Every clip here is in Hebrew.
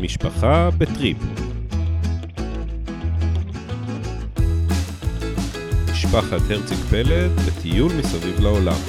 משפחה בטריפ. משפחת הרציג פלד בטיול מסביב לעולם.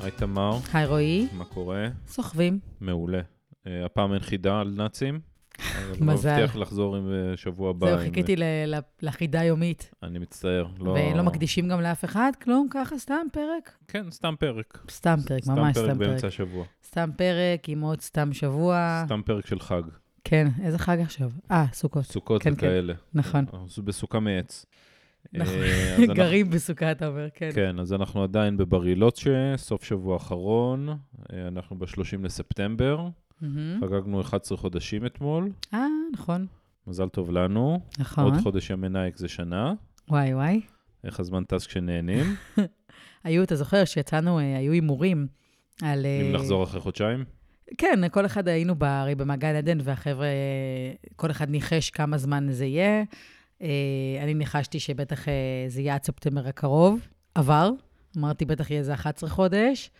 היי תמר, היי רועי, מה קורה? סוחבים. מעולה. אה, הפעם אין חידה על נאצים. אבל מזל. אני מבטיח לחזור עם אה, שבוע הבא. זהו, עם- חיכיתי ל- ל- לחידה יומית. אני מצטער. לא... ולא מקדישים גם לאף אחד, כלום, ככה, סתם פרק. כן, סתם פרק. סתם פרק, ממש סתם סתם פרק. באמצע פרק. אה. השבוע. סתם פרק עם עוד סתם שבוע. סתם פרק של חג. כן, איזה חג עכשיו? אה, סוכות, סוכות כן, כן. וכאלה. נכון. אנחנו בסוכה מעץ. נכון. אה, אז אנחנו- גרים בסוכה, אתה אומר, כן. כן, אז אנחנו עדיין בברילוצ'ה, סוף שבוע אחרון. אה, אנחנו ב-30 לספטמבר. Mm-hmm. מהמם. חגגנו 11 חודשים אתמול. אה, נכון, מזל טוב לנו. נכון. עוד חודש ימי נייק זה שנה. וואי, וואי. איך הזמן טס כשנהנים. היו, אתה זוכר שיצאנו, אה, היו הימורים על... אה, אם נחזור אחרי חודשיים. כן, כל אחד היינו ב- הרי במעגן עדן, והחבר'ה, כל אחד ניחש כמה זמן זה יהיה. אה, אני ניחשתי שבטח אה, זה יהיה עד ספטמבר הקרוב, עבר. אמרתי, בטח יהיה איזה 11 חודש.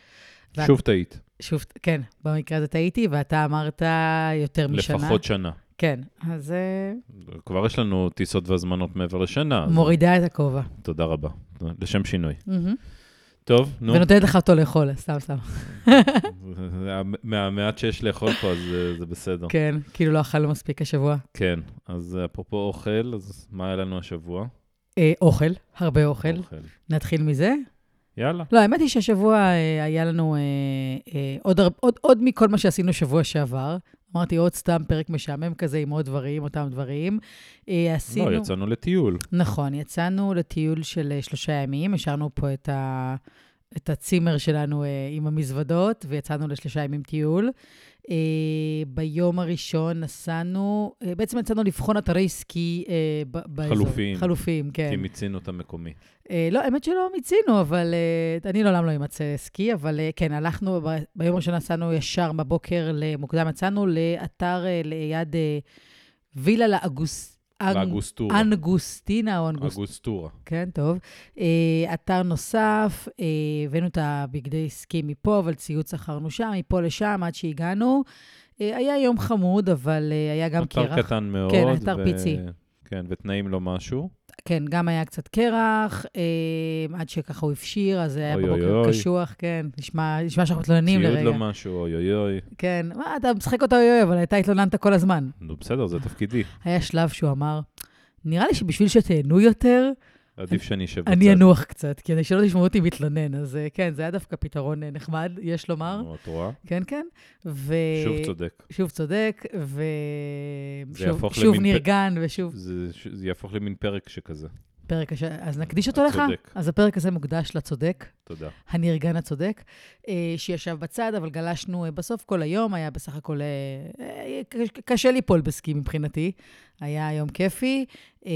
ואת- שוב טעית. שוב, כן, במקרה הזה טעיתי, ואתה אמרת יותר לא משנה. לפחות שנה. כן, אז אה, כבר יש לנו טיסות והזמנות מעבר לשנה, אז מורידה את הכובע. תודה רבה. לשם שינוי. מהמם. טוב, נו, ונותנת לך אותו לאכול, אז סתם סתם. מהמעט שיש לאכול פה, אז אה, זה בסדר. כן, כאילו לא אכלנו מספיק השבוע. כן, אז אה, אפרופו אוכל, אז מה היה לנו השבוע? אה, אוכל, הרבה אוכל. נתחיל מזה. יאללה. לא, האמת היא שהשבוע אה, היה לנו אה, אה, עוד, הר- עוד, עוד מכל מה שעשינו שבוע שעבר. אמרתי, עוד סתם פרק משעמם כזה עם עוד דברים, אותם דברים. אה, עשינו... לא, יצאנו לטיול. נכון, יצאנו לטיול של אה, שלושה ימים, השארנו פה את, ה, את הצימר שלנו אה, עם המזוודות, ויצאנו לשלושה ימים טיול. אה, ביום הראשון נסענו, אה, בעצם יצאנו לבחון אתרי סקי אה, ב- באזור. חלופיים. חלופיים, כן. כי מיצינו את המקומי. אה, לא, האמת שלא מיצינו, אבל אה, אני לעולם לא אמצא סקי, אבל אה, כן, הלכנו, ב- ביום הראשון נסענו ישר בבוקר למוקדם, יצאנו לאתר אה, ליד אה, וילה לאגוס... אנג- לאגוסטורה. אנגוסטינה או אנגוסטינה, אגוסטורה. כן, טוב. אה, אתר נוסף, אה, הבאנו את הבגדי סקי מפה, אבל ציוד שכרנו שם, מפה לשם, עד שהגענו. אה, היה יום חמוד, אבל אה, היה גם קרח. אתר קטן מאוד. כן, אתר ו- פיצי. כן, ותנאים לא משהו. כן, גם היה קצת קרח, אה, עד שככה הוא הפשיר, אז זה היה אוי, אוי, בבוקר אוי. קשוח, כן. נשמע, נשמע שאנחנו מתלוננים ציוד לרגע. לא משהו, אוי אוי אוי. כן, מה, אתה משחק אותה אוי אוי, אבל אתה התלוננת כל הזמן. נו, בסדר, זה תפקידי. היה שלב שהוא אמר, נראה לי שבשביל שתהנו יותר, עדיף שאני אשב בצד. אני אנוח קצת, כדי שלא תשמעו אותי מתלונן. אז אה, כן, זה היה דווקא פתרון אה, נחמד, יש לומר. נו, את רואה? כן, כן. ו... נכון. שוב צודק. שוב צודק, ו... זה שוב, יהפוך שוב למין פ- נרגן, ושוב... זה, ש- זה יהפוך למין פרק שכזה. פרק הש... אז נקדיש אותו לך. הצודק. אז הפרק הזה מוקדש לצודק. תודה. אה, הנרגן הצודק, אה, שישב בצד, אבל גלשנו אה, בסוף כל היום, היה בסך הכל... אה, אה, ק- קשה ליפול בסקי מבחינתי, היה יום כיפי, אה,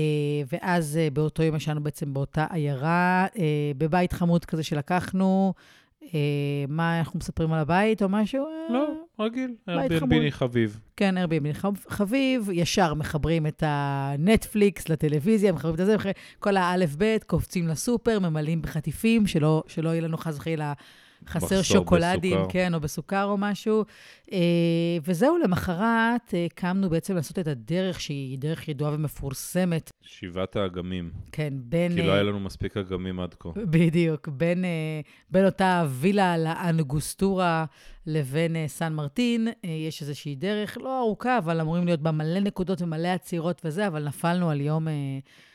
ואז אה, באותו יום ישנו בעצם באותה עיירה, אה, בבית חמוד כזה שלקחנו, אה, מה אנחנו מספרים על הבית או משהו? אה, לא, רגיל. בית Airbnb חמוד. חביב. כן, ארביבי חביב, ישר מחברים את הנטפליקס לטלוויזיה, מחברים את זה, כל האלף-בית, קופצים לסופר, ממלאים בחטיפים, שלא, שלא יהיה לנו חס וחלילה חסר מחסור שוקולדים, בסוכר. כן, או בסוכר או משהו. אה, וזהו, למחרת אה, קמנו בעצם לעשות את הדרך, שהיא דרך ידועה ומפורסמת, שבעת האגמים. כן, בין... כי אה, לא היה לנו מספיק אגמים עד כה. בדיוק, בין, אה, בין אותה וילה לאנגוסטורה לבין אה, סן מרטין, אה, יש איזושהי דרך לא ארוכה, אבל אמורים להיות בה מלא נקודות ומלא עצירות וזה, אבל נפלנו על יום אה,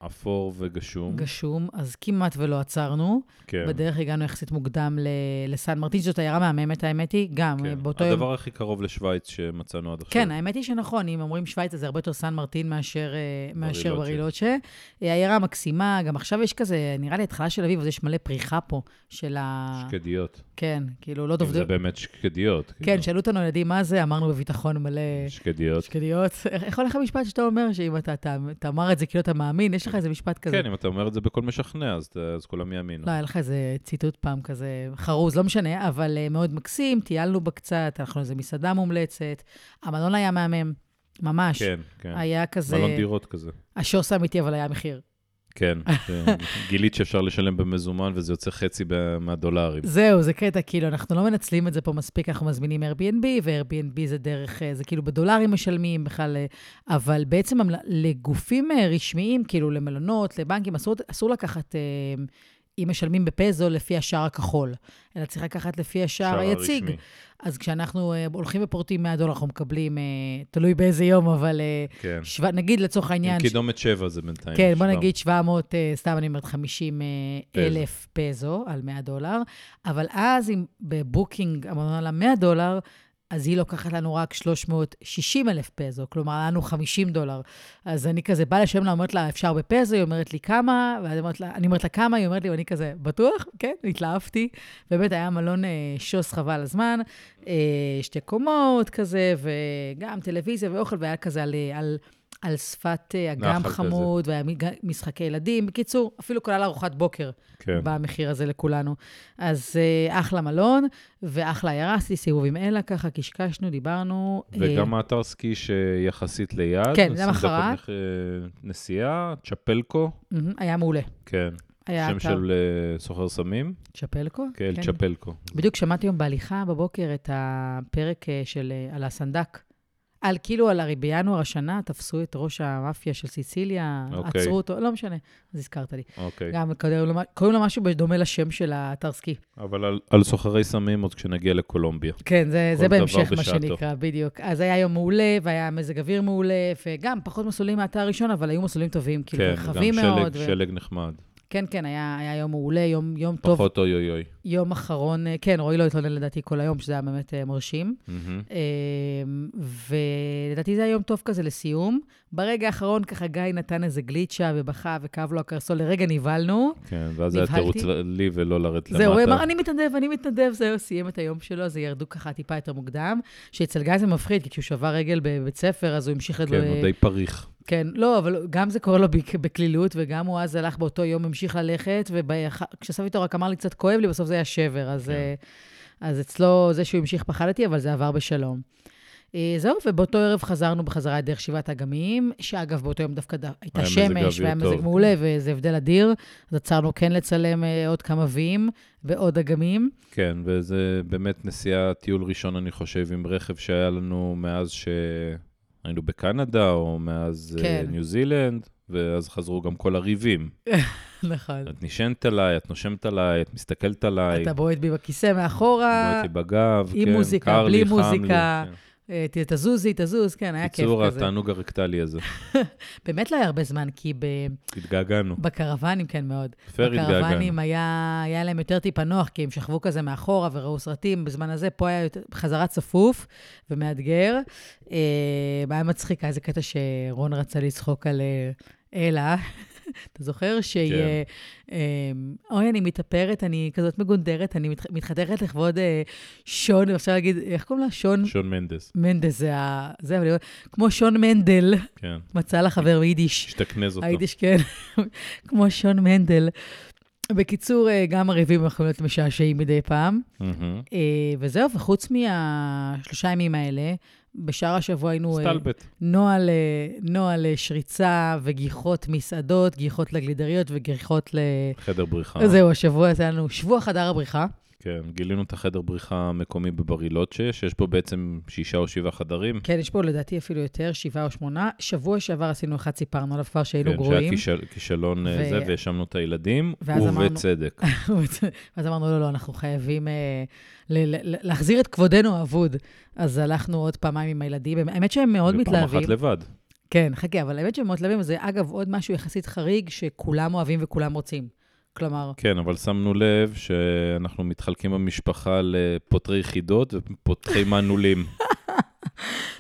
אפור וגשום. גשום, אז כמעט ולא עצרנו. כן. בדרך הגענו יחסית מוקדם ל- לסן מרטין, זאת עיירה מהממת, האמת היא, גם אה, כן. באותו יום. הדבר הכי קרוב לשוויץ שמצאנו עד עכשיו. כן, האמת היא שנכון, אם אומרים שווייץ, אז זה הרבה יותר סן מרטין מאשר, אה, מאשר ברילוצ'ה. ברילוצ'ה. אה, עיירה מקסימה, גם עכשיו יש כזה, נראה לי התחלה של אביב, אז יש מלא פריחה פה של ה... שקדיות. כן, כאילו, לא אם זה דובדב... באמת שקדיות. כאילו. כן, שאלו אותנו ילדים מה זה, אמרנו בביטחון מלא שקדיות. שקדיות. איך איך הולך המשפט שאתה אומר, שאם אתה אתה- אתה אמר את זה כאילו אתה מאמין, יש לך איזה משפט כזה? כן, אם אתה אומר את זה בקול משכנע, אז אז כולם יאמינו. לא, היה לך איזה ציטוט פעם כזה חרוז, לא משנה, אבל אה, מאוד מקסים, טיילנו בה קצת, אנחנו איזה מסעדה מומלצת, המלון היה מהמם. ממש. כן, כן. היה כזה... מלון דירות כזה. השוס האמיתי, אבל היה מחיר. כן, אה. כן. גילית שאפשר לשלם במזומן וזה יוצא חצי ב- מהדולרים. זהו, זה קטע, כאילו, אנחנו לא מנצלים את זה פה מספיק, אנחנו מזמינים Airbnb, ו-Airbnb זה דרך, אה, זה כאילו בדולרים משלמים בכלל, אה, אבל בעצם המל- לגופים אה, רשמיים, כאילו למלונות, לבנקים, אסור, אסור לקחת, אה, אם משלמים בפזו, לפי השער הכחול, אלא צריך לקחת לפי השער שער היציג. הרשמי. אז כשאנחנו אה, הולכים ופורטים 100 דולר, אנחנו מקבלים, אה, תלוי באיזה יום, אבל אה, כן. שו... נגיד לצורך העניין... עם קידומת 7 זה בינתיים. כן, בוא שבע. נגיד 700, אה, סתם אני אומרת 50 אה, פזו. אלף פזו על 100 דולר, אבל אז אם בבוקינג אמרנו לה 100 דולר, אז היא לוקחת לנו רק 360 אלף פזו, כלומר, לנו 50 דולר. אז אני כזה באה לשלם לה, אומרת לה, אפשר בפזו, היא אומרת לי כמה, ואז אומרת לה, אני אומרת לה כמה, היא אומרת לי, ואני כזה, בטוח? כן, התלהבתי. באמת, היה מלון אה, שוס חבל על הזמן, אה, שתי קומות כזה, וגם טלוויזיה ואוכל, והיה כזה על, אה, על, על שפת אה, אגם נחל כזה. חמוד, והיה מג- משחקי ילדים. בקיצור, אפילו כלל ארוחת בוקר. כן. במחיר הזה לכולנו. אז אה, אחלה מלון, ואחלה עיירה, עשיתי סיבוב עם אלה, ככה קשקשנו, דיברנו. אה, וגם האתר סקי שיחסית ליד. כן, זה 20 דקות למחרת. נח- אה, נסיעה, צ'פלקו, אה, מהם, היה מעולה. כן. היה שם אתר. של אה, סוחר סמים, צ'פלקו? כן, אל צ'פלקו. בדיוק שמעתי היום בהליכה בבוקר את הפרק אה, של, אה, על הסנדק. על כאילו, על הרי בינואר השנה תפסו את ראש המאפיה של סיציליה, אוקיי. עצרו אותו, לא משנה, אז הזכרת לי. אוקיי. גם קוראים לו- קוראים לו משהו בדומה לשם של האתר סקי. אבל על- על סוחרי סמים עוד כשנגיע לקולומביה. כן, זה, כל זה דבר בהמשך, מה בשעתו. שנקרא, בדיוק. אז היה יום מעולה, והיה מזג אוויר מעולה, וגם פחות מסלולים מהאתר הראשון, אבל היו מסלולים טובים, כאילו, כן, גם רחבים שלג- מאוד. ו- שלג נחמד. כן, כן, היה, היה יום מעולה, יום, יום טוב, פחות אוי אוי אוי. יום אחרון. אה, כן, רועי לא התלונן לדעתי כל היום, שזה היה באמת אה, מרשים. מהמם. אמ, ולדעתי זה היה יום טוב כזה לסיום. ברגע האחרון ככה גיא נתן איזה גליצ'ה ובכה וכאב לו הקרסול, לרגע נבהלנו. כן, ואז היה נבהלתי. תירוץ ל- לי ולא לרדת למטה. זהו, הוא אמר, אני מתנדב, אני מתנדב, זהו, סיים את היום שלו, אז ירדו ככה טיפה יותר מוקדם. שאצל גיא זה מפחיד, כי כשהוא שבר רגל בבית ספר, אז הוא המשיך... לדו- כן, הוא די פריך. כן, לא, אבל גם זה קורה לו בק- בקלילות, וגם הוא אז הלך באותו יום, המשיך ללכת, וכשסבי איתו רק אמר לי, קצת כואב לי, בסוף זה היה שבר, אז, כן. אה, אז אצלו, זה שהוא המשיך פחדתי, אבל זה עבר בשלום. אה, זהו, ובאותו ערב חזרנו בחזרה דרך שבעת אגמים, שאגב, באותו יום דווקא ד... הייתה היה מזג שמש, אוויר והיה מזג טוב. מעולה, וזה הבדל אדיר, אז עצרנו כן לצלם אה, עוד כמה ויים ועוד אגמים. כן, וזה באמת נסיעה, טיול ראשון, אני חושב, עם רכב שהיה לנו מאז שהיינו בקנדה, או מאז אה, כן. ניו זילנד, ואז חזרו גם כל הריבים. נכון. את נשענת עליי, את נושמת עליי, את מסתכלת עליי, אתה בועט בי בכיסא מאחורה, בועט לי בגב, עם כן, מוזיקה, קר בלי לי, חם לי, מוזיקה, כן. אה, ת- תזוזי, תזוז, כן, היה כיף קיצור, כזה. התענוג הרקטלי הזה. באמת לא היה הרבה זמן, כי ב- התגעגענו, בקרוונים, כן מאוד. פר התגעגענו. בקרוונים היה, היה להם יותר טיפה נוח, כי הם שכבו כזה מאחורה וראו סרטים בזמן הזה, פה היה יותר, חזרה צפוף ומאתגר. אה, היה מצחיק, היה איזה קטע שרון רצה לצחוק על אה, אלה. אתה זוכר שהיא... כן. אה, אה, אוי, אני מתאפרת, אני כזאת מגונדרת, אני מת, מתחתכת לכבוד אה, שון, אפשר להגיד, איך קוראים לה? שון שון מנדס, מנדס, זה ה... זה, אבל היא אומרת, כמו שון מנדל, כן. מצא לה חבר ביידיש. השתכנז אותו. היידיש, כן, כמו שון מנדל. בקיצור, אה, גם הריבים יכולים להיות משעשעים מדי פעם. מהמם. אה, וזהו, וחוץ מהשלושה ימים האלה, בשאר השבוע היינו אה, סטלבט. נוהל, אה, נוהל אה, שריצה וגיחות מסעדות, גיחות לגלידריות וגיחות ל... חדר בריחה. זהו, השבוע הזה היה לנו שבוע חדר הבריחה. כן, גילינו את החדר בריחה המקומי בברילוצ'ה, שיש בו בעצם שישה או שבעה חדרים. כן, יש פה לדעתי אפילו יותר, שבעה או שמונה. שבוע שעבר עשינו אחד, סיפרנו עליו כבר שהיינו כן, כאילו גרועים. שהיה כישל- כישלון ו- ו... זה, והאשמנו את הילדים, ואז אמרנו- ובצדק. ואז אמרנו, לא, לא, אנחנו חייבים אה, ל- ל- ל- להחזיר את כבודנו האבוד. אז הלכנו עוד פעמיים עם הילדים. הם- האמת שהם מאוד ופעם מתלהבים. אחת לבד. כן, חכה, אבל האמת שהם מאוד מתלהבים, וזה אגב עוד משהו יחסית חריג שכולם אוהבים וכולם רוצים. כלומר, כן, אבל שמנו לב שאנחנו מתחלקים במשפחה לפותרי יחידות ופותחי מנעולים.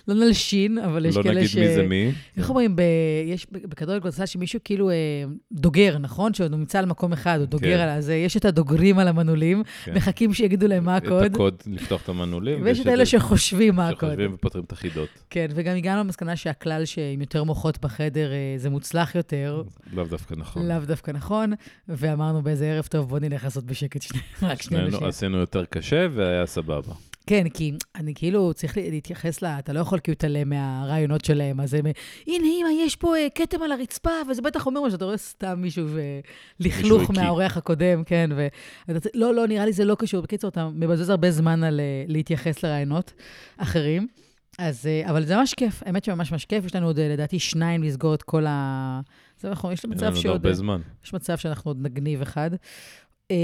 לא נלשין, אבל יש לא כאלה נגיד ש... מי זה מי. איך אומרים, ב... יש ב- בכדורגל קבוצה שמישהו כאילו אה, דוגר, נכון? שהוא נמצא על מקום אחד, הוא דוגר כן. על הזה, יש את הדוגרים על המנעולים, כן. מחכים שיגידו להם מה את הקוד, הקוד לפתוח את המנעולים. ויש את אלה שחושבים מה הקוד. שחושבים ופותרים את החידות. כן, וגם הגענו למסקנה שהכלל שעם יותר מוחות בחדר אה, זה מוצלח יותר, לאו דווקא נכון. לאו דווקא נכון, ואמרנו באיזה ערב טוב, בוא נלך לעשות בשקט שני, רק שנייה שנינו לשנייה. עשינו יותר קשה והיה סבבה. כן, כי אני כאילו צריך להתייחס ל... אתה לא יכול כאילו להתעלם מהרעיונות שלהם, אז הם... הנה, אמא, יש פה אה, כתם על הרצפה, וזה בטח אומר משהו, אתה רואה סתם מישהו ולכלוך מישהו מהאורח הקודם, כן, ו... אתה רוצה- לא, לא, נראה לי זה לא קשור. בקיצור, אתה מבזבז הרבה זמן על אה, להתייחס לרעיונות אחרים. אז, אה, אבל זה ממש כיף, האמת שממש ממש כיף, יש לנו עוד אה, לדעתי שניים לסגור את כל ה... זה נכון, יש אין מצב לנו עוד שעוד... הרבה זמן. יש מצב שאנחנו עוד נגניב אחד. אה,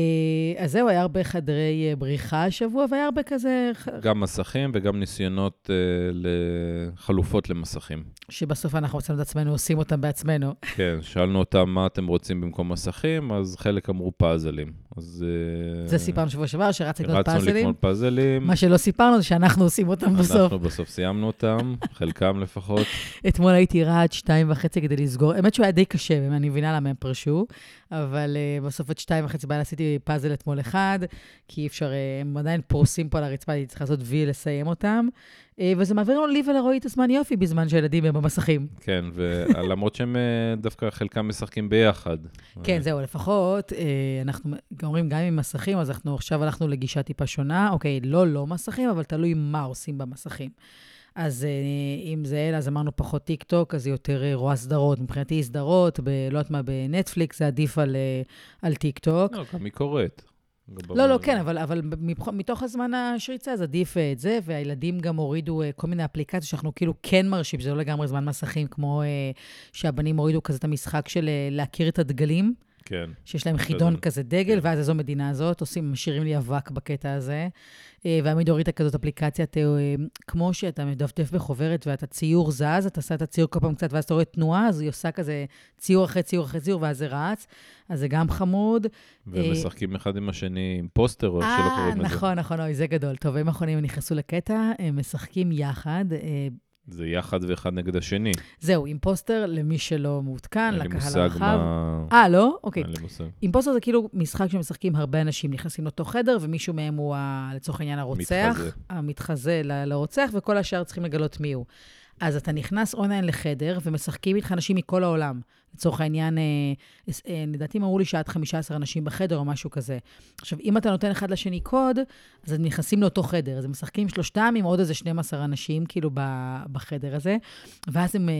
אז זהו, היה הרבה חדרי אה, בריחה השבוע, והיה הרבה כזה, ח- גם מסכים וגם ניסיונות אה, לחלופות למסכים. שבסוף אנחנו מצאנו את עצמנו, עושים אותם בעצמנו. כן, שאלנו אותם מה אתם רוצים במקום מסכים, אז חלק אמרו פאזלים. אז... אה, זה סיפרנו שבוע שעבר, שרצת לקנות רצנו פאזלים. לקנות פאזלים. מה שלא סיפרנו זה שאנחנו עושים אותם בסוף. אנחנו בסוף סיימנו אותם, חלקם לפחות. אתמול הייתי רעה עד שתיים וחצי כדי לסגור. האמת שהוא היה די קשה, אני מבינה למה הם פרשו, אבל אה, בסוף עד שתיים וחצי בעל עשיתי פאזל אתמול אחד, כי אי אפשר, אה, הם עדיין פורסים פה על הרצפה, הייתי צריכה לעשות וי לסיים אותם. אה, וזה מעביר לנו לי ולרועי את הזמן יופי בזמן שהילדים הם במסכים. כן, ולמרות שהם אה, דווקא חלקם משחקים ביחד. אוקיי. כן, זהו, לפחות אה, אנחנו אומרים גם עם מסכים, אז אנחנו עכשיו הלכנו לגישה טיפה שונה. אוקיי, לא לא מסכים, אבל תלוי מה עושים במסכים. אז אה, אם זה אלה, אז אמרנו פחות טיק טוק, אז היא יותר אה, רואה סדרות. מבחינתי סדרות, ב, לא יודעת מה, בנטפליקס, זה עדיף על, אה, על טיק טוק. לא, גם היא קוראת. לא, לא, כן, אבל, אבל מבח- מתוך הזמן השריצה, אז עדיף אה, את זה, והילדים גם הורידו אה, כל מיני אפליקציות שאנחנו כאילו כן מרשים, שזה לא לגמרי זמן מסכים, כמו אה, שהבנים הורידו כזה את המשחק של אה, להכיר את הדגלים. כן. שיש להם חידון בסדר. כזה דגל, כן. ואז איזו מדינה הזאת, עושים, משאירים לי אבק בקטע הזה. אה, ועמיד הורידה כזאת אפליקציית, אה, אה, כמו שאתה מדפדף בחוברת ואתה ציור זז, אתה עושה את הציור כל פעם קצת, ואז אתה רואה תנועה, אז היא עושה כזה ציור אחרי ציור אחרי ציור, ואז זה רץ. אז זה גם חמוד. ומשחקים אחד עם השני עם פוסטר, או איך שלא אה, קוראים לזה. נכון, נכון, אוי, זה גדול. טוב, הם האחרונים נכנסו לקטע, הם משחקים יחד. אה, זה יחד ואחד נגד השני. זהו, אימפוסטר, למי שלא מעודכן, אין לי לקהל מושג הרחב. מה... אה, לא? אוקיי. אין לי מושג. אימפוסטר זה כאילו משחק שמשחקים הרבה אנשים, נכנסים לאותו חדר, ומישהו מהם הוא, ה, לצורך העניין, הרוצח. מתחזה. המתחזה ל- לרוצח, וכל השאר צריכים לגלות מי הוא. אז אתה נכנס אונליין לחדר, ומשחקים איתך אנשים מכל העולם. לצורך העניין, אה, אס- אה, לדעתי הם אמרו לי שעד 15 אנשים בחדר או משהו כזה. עכשיו, אם אתה נותן אחד לשני קוד, אז הם נכנסים לאותו חדר. אז הם משחקים שלושתם עם עוד איזה 12 אנשים, כאילו, ב- בחדר הזה. ואז הם, אה,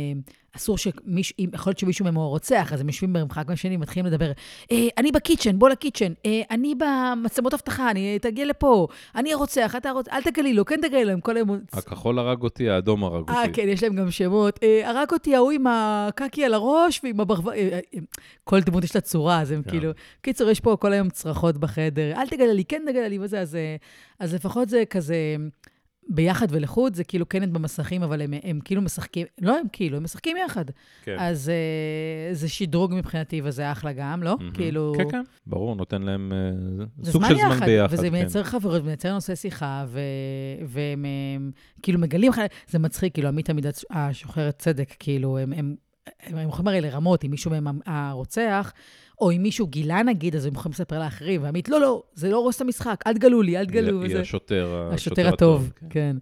אסור שמישהו, אם- יכול להיות שמישהו מהם הוא הרוצח, אז הם יושבים במרחק מהשני, מתחילים לדבר, אה, אני בקיצ'ן, בוא לקיצ'ן, אה, אני במצלמות אבטחה, אני, תגיע לפה, אני הרוצח, אתה הרוצח, אל תגלי לו, כן תגלי לו, הם כל היום... הכחול הרג אותי, האדום הרג אותי. אה, כן, יש להם גם שמות. אה, הרג אותי ההוא עם הקקי על הראש ועם הברווז... אה, כל דמות יש לה צורה, אז הם כן. כאילו... קיצור, יש פה כל היום צרחות בחדר, אל תגלה לי, כן תגלה לי, וזה, אז, אה, אז לפחות זה כזה... ביחד ולחוד, זה כאילו כן את במסכים, אבל הם, הם כאילו משחקים, לא הם כאילו, הם משחקים יחד. כן. אז אה, זה שדרוג מבחינתי, וזה אחלה גם, לא? מהמם. כאילו... כן, כן, ברור, נותן להם אה, זה סוג של זמן ביחד. וזה כן. מייצר חברות, מייצר נושא שיחה, ו... והם הם, כאילו מגלים, אחד- זה מצחיק, כאילו, עמית תמיד הצ- השוחרת צדק, כאילו, הם, הם, הם, הם יכולים הרי לרמות, אם מישהו מהם הרוצח, או אם מישהו גילה נגיד, אז הם יכולים לספר לאחרים, ועמית, לא, לא, זה לא הורס את המשחק, אל תגלו לי, אל תגלו. היא וזה- השוטר, אה, השוטר הטוב, כן.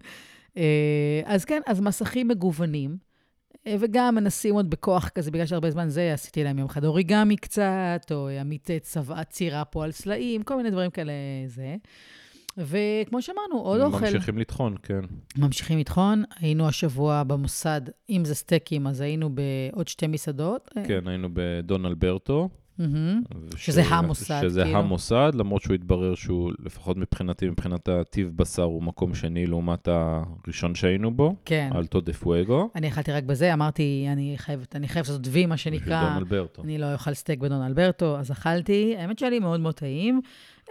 אה, אז כן, אז מסכים מגוונים, אה, וגם מנסים עוד בכוח כזה, בגלל שהרבה זמן זה, עשיתי להם יום אחד אוריגמי קצת, או עמית אה, צבעה צירה פה על סלעים, כל מיני דברים כאלה זה. וכמו שאמרנו, עוד אוכל. ממשיכים לטחון, כן. ממשיכים לטחון. היינו השבוע במוסד, אם זה סטייקים, אז היינו בעוד שתי מסעדות. אה, כן, היינו בדון אלברטו. מהמם. וש- שזה המוסד, שזה כאילו. המוסד, למרות שהוא התברר שהוא, לפחות מבחינתי, מבחינת הטיב בשר, הוא מקום שני לעומת הראשון שהיינו בו, כן. אלטו דה פואגו. אני אכלתי רק בזה, אמרתי, אני חייבת אני חייבת לעשות וי, מה שנקרא. דון אלברטו. אני לא אוכל סטייק בדון אלברטו, אז אכלתי. האמת שהיה לי מאוד מאוד טעים.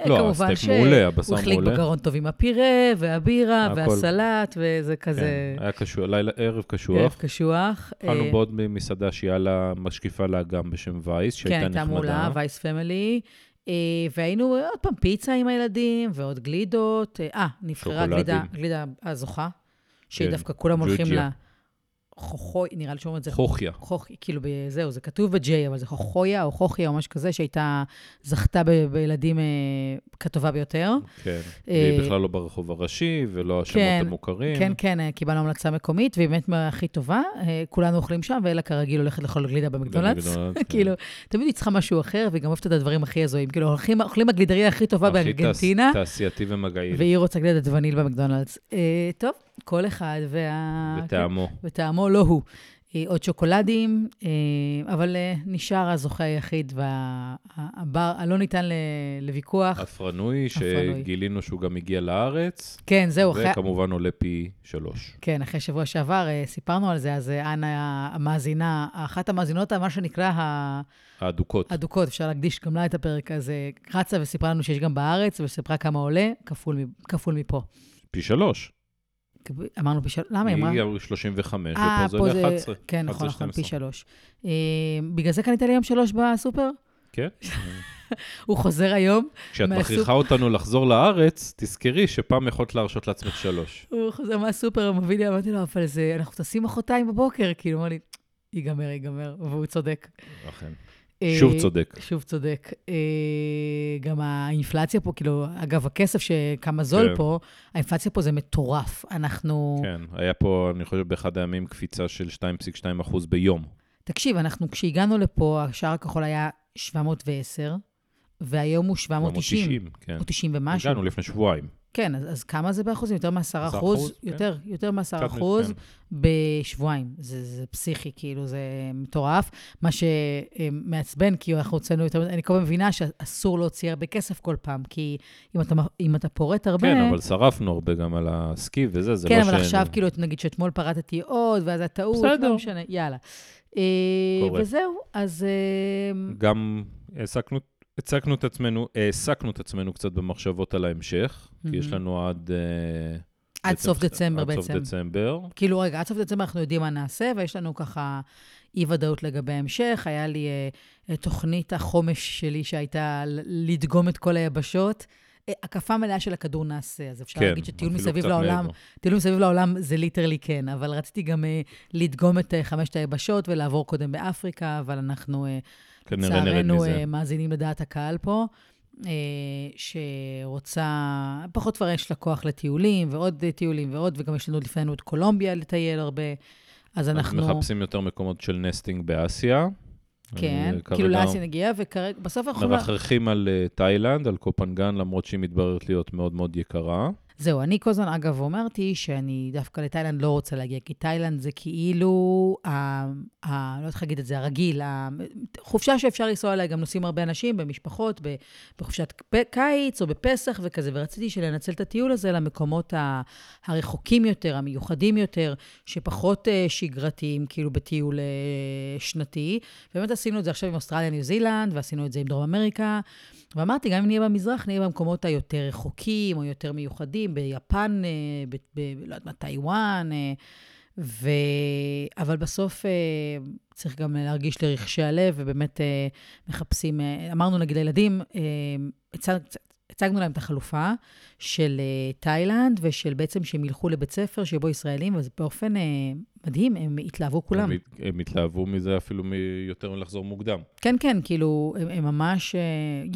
אה, לא, כמובן הסטייק ש- מעולה, הבשר הוא החליק מעולה. בגרון טוב עם הפירה, והבירה, הכל. והסלט, וזה כזה כן, היה קשוח, לילה, ערב ערב קשוח. קשוח. אכלנו אה, בעוד מסעדה שהיה לה, משקיפה לה גם בשם וייס, שהייתה כן, נחמדה. הייתה מעולה, וייס פמילי. אה, והיינו אה, עוד פעם פיצה עם הילדים, ועוד גלידות. אה, אה, נבחרה שוקולדים. גלידה, הגלידה הזוכה, אה, שהיא כן, דווקא כולם הולכים ג'וג'יה. לה... חוכוי, נראה לי שאומרים את זה חוכיה. חוכ... כאילו, ב- זהו, זה כתוב ב-J, אבל זה חוכויה או חוכיה או משהו כזה, שהייתה, זכתה ב- בילדים אה, כטובה ביותר. כן. אה, והיא בכלל לא ברחוב הראשי, ולא כן, השמות המוכרים. כן, כן, אה, קיבלנו המלצה מקומית, והיא באמת מה- הכי טובה. אה, כולנו אוכלים שם, ואלה כרגיל הולכת לאכול גלידה במקדונלדס. במקדונלדס, כן. כאילו, תמיד היא צריכה משהו אחר, והיא גם אוהבת את הדברים הכי הזויים. כאילו, הולכים- אוכלים הגלידריה הכי טובה הכי תעש- בארגנטינה, תעשייתי ומגעיל. והיא רוצה גלידת וניל במקדונלדס. אה, טוב, כל אחד וה... וטעמו. וטעמו לא הוא. אה, עוד שוקולדים, אה, אבל אה, נשאר הזוכה היחיד והבר הלא לא ניתן ל- לוויכוח. אפרנוי, אפרנוי. שגילינו שהוא גם הגיע לארץ, כן, זהו, אחרי... וכמובן עולה פי שלוש. כן, אחרי שבוע שעבר אה, סיפרנו על זה, אז אה, אנה המאזינה, אחת המאזינות, מה שנקרא האדוקות. האדוקות, אפשר להקדיש גם לה את הפרק הזה, רצה וסיפרה לנו שיש גם בארץ, וסיפרה כמה עולה, כפול, מ- כפול מפה. פי שלוש. אמרנו פי שלוש, למה אה, היא אמרה? היא 35, אה, ופה זה 11. כן, נכון, נכון, פי 11, שלוש. אה, בגלל זה קנית לי יום שלוש בסופר? כן. הוא חוזר היום, כשאת מהסופ- מכריחה אותנו לחזור לארץ, תזכרי שפעם יכולת להרשות לעצמך שלוש. הוא חוזר מהסופר, הוא מביא לי, אמרתי לו, אבל זה, אנחנו טסים מחרתיים בבוקר, כאילו, הוא אמר לי, ייגמר, ייגמר, והוא צודק. אכן. אה, שוב צודק. שוב צודק. אה, גם האינפלציה פה, כאילו, אגב, הכסף שכמה זול כן. פה, האינפלציה פה זה מטורף. אנחנו... כן, היה פה, אני חושב, באחד הימים קפיצה של 2.2 אחוז ביום. תקשיב, אנחנו, כשהגענו לפה, השער הכחול היה 710, והיום הוא 790. 490, כן. או 90 ומשהו. הגענו לפני שבועיים. כן, אז, אז כמה זה באחוזים? יותר מ-10 10%, אחוז? כן. יותר, יותר מ-10 קצת מ- אחוז כן. בשבועיים. זה, זה פסיכי, כאילו, זה מטורף. מה שמעצבן, כי אנחנו הוצאנו יותר... אני כל הזמן מבינה שאסור להוציא הרבה כסף כל פעם, כי אם אתה, אם אתה פורט הרבה... כן, אבל שרפנו הרבה גם על הסקי וזה, זה לא כן, ש... אבל עכשיו, כאילו, נגיד שאתמול פרטתי עוד, ואז הייתה טעות, בסדר. לא משנה, יאללה. אה, קורה. וזהו, אז... אה, גם העסקנו, הצקנו את עצמנו, העסקנו את עצמנו קצת במחשבות על ההמשך, כי יש מהמם. לנו עד... אה, Mm-hmm. עד בעצם- סוף דצמבר בעצם. עד סוף דצמבר. כאילו, רגע, עד סוף דצמבר אנחנו יודעים מה נעשה, ויש לנו ככה אי-ודאות לגבי ההמשך. היה לי אה, אה, תוכנית החומש שלי שהייתה ל- לדגום את כל היבשות. אה, הקפה מלאה של הכדור נעשה, אז אפשר כן, להגיד שטיול אפילו מסביב קצת לעולם, מעבר. טיול מסביב לעולם זה ליטרלי כן, אבל רציתי גם אה, לדגום את אה, חמשת היבשות ולעבור קודם באפריקה, אבל אנחנו, אה, כנראה כן, נרד לצערנו, מזה. אה, מאזינים לדעת הקהל פה. אה, שרוצה, פחות כבר יש לה כוח לטיולים, ועוד אה, טיולים ועוד, וגם יש לנו עוד לפנינו את קולומביה לטייל הרבה. אז אנחנו אנחנו... מחפשים יותר מקומות של נסטינג באסיה. כן, אה, כאילו כרגע לאסיה נגיע, וכרגע, בסוף אנחנו... לא- מרחרחים על אה, תאילנד, על קופנגן, למרות שהיא מתבררת להיות מאוד מאוד יקרה. זהו, אני כל הזמן, אגב, אמרתי שאני דווקא לתאילנד לא רוצה להגיע, כי תאילנד זה כאילו, ה, ה, לא יודעת איך להגיד את זה, הרגיל, ה- חופשה שאפשר לנסוע אליה, גם נוסעים הרבה אנשים במשפחות, ב, בחופשת פ- קיץ או בפסח וכזה, ורציתי שלנצל את הטיול הזה למקומות ה, הרחוקים יותר, המיוחדים יותר, שפחות אה, שגרתיים, כאילו בטיול אה, שנתי. באמת עשינו את זה עכשיו עם אוסטרליה, ניו זילנד, ועשינו את זה עם דרום אמריקה. ואמרתי, גם אם נהיה במזרח, נהיה במקומות היותר רחוקים או יותר מיוחדים, ביפן, אה, ב, ב, לא יודעת מה, טיוואן. אה, ו... אבל בסוף אה, צריך גם להרגיש לרחשי הלב, ובאמת אה, מחפשים, אה, אמרנו נגיד לילדים, אה, הצג, הצגנו להם את החלופה של אה, תאילנד, ושל בעצם שהם ילכו לבית ספר שבו ישראלים, אז באופן אה, מדהים, הם התלהבו כולם. הם הת- הם התלהבו מזה אפילו מ- יותר מלחזור מוקדם. כן, כן, כאילו, הם, הם ממש, אה,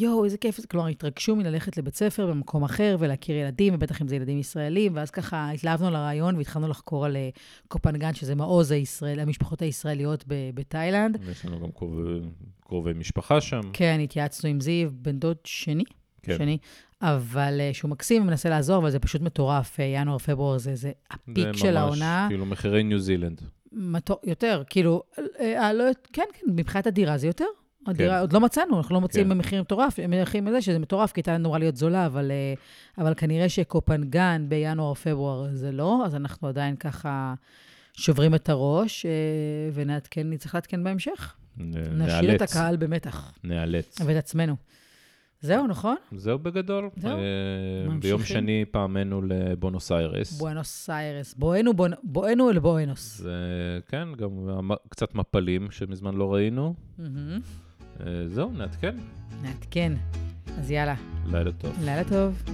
יואו, איזה כיף, זה." כלומר, התרגשו מללכת לבית ספר במקום אחר ולהכיר ילדים, ובטח אם זה ילדים ישראלים, ואז ככה התלהבנו לרעיון והתחלנו לחקור על אה, קופנגן, שזה מעוז הישראל, המשפחות הישראליות ב- בתאילנד. יש לנו גם קרוב- קרובי משפחה שם. כן, התייעצנו עם זיו, בן דוד שני, כן. שני, אבל אה, שהוא מקסים, מנסה לעזור, אבל זה פשוט מטורף, אה, ינואר, פברואר, זה, זה הפיק זה של ממש העונה. כאילו מחירי ניו זילנד. מטור, יותר, כאילו, אה, אה, לא, כן, כן, מבחינת הדירה זה יותר. הדירה, כן. עוד לא מצאנו, אנחנו לא מוצאים כן. במחיר מטורף, במחירים הזה שזה מטורף, כי תאילנד אמורה להיות זולה, אבל, אה, אבל כנראה שקופנגן בינואר, פברואר זה לא, אז אנחנו עדיין ככה שוברים את הראש, אה, ונעדכן, נצטרך לעדכן בהמשך. נ- נשאיר את נאלץ. הקהל במתח, נאלץ. ואת עצמנו. זהו, נכון? זהו בגדול. זהו. אה, ממשיכים. ביום שני פעמנו לבונוס איירס. בואנוס איירס, בואנו, בואנו, בואנו אל בואנוס. זה, כן, גם המ- קצת מפלים שמזמן לא ראינו. מהמם. אה, זהו, נעדכן. נעדכן. אז יאללה, לילה טוב. לילה טוב.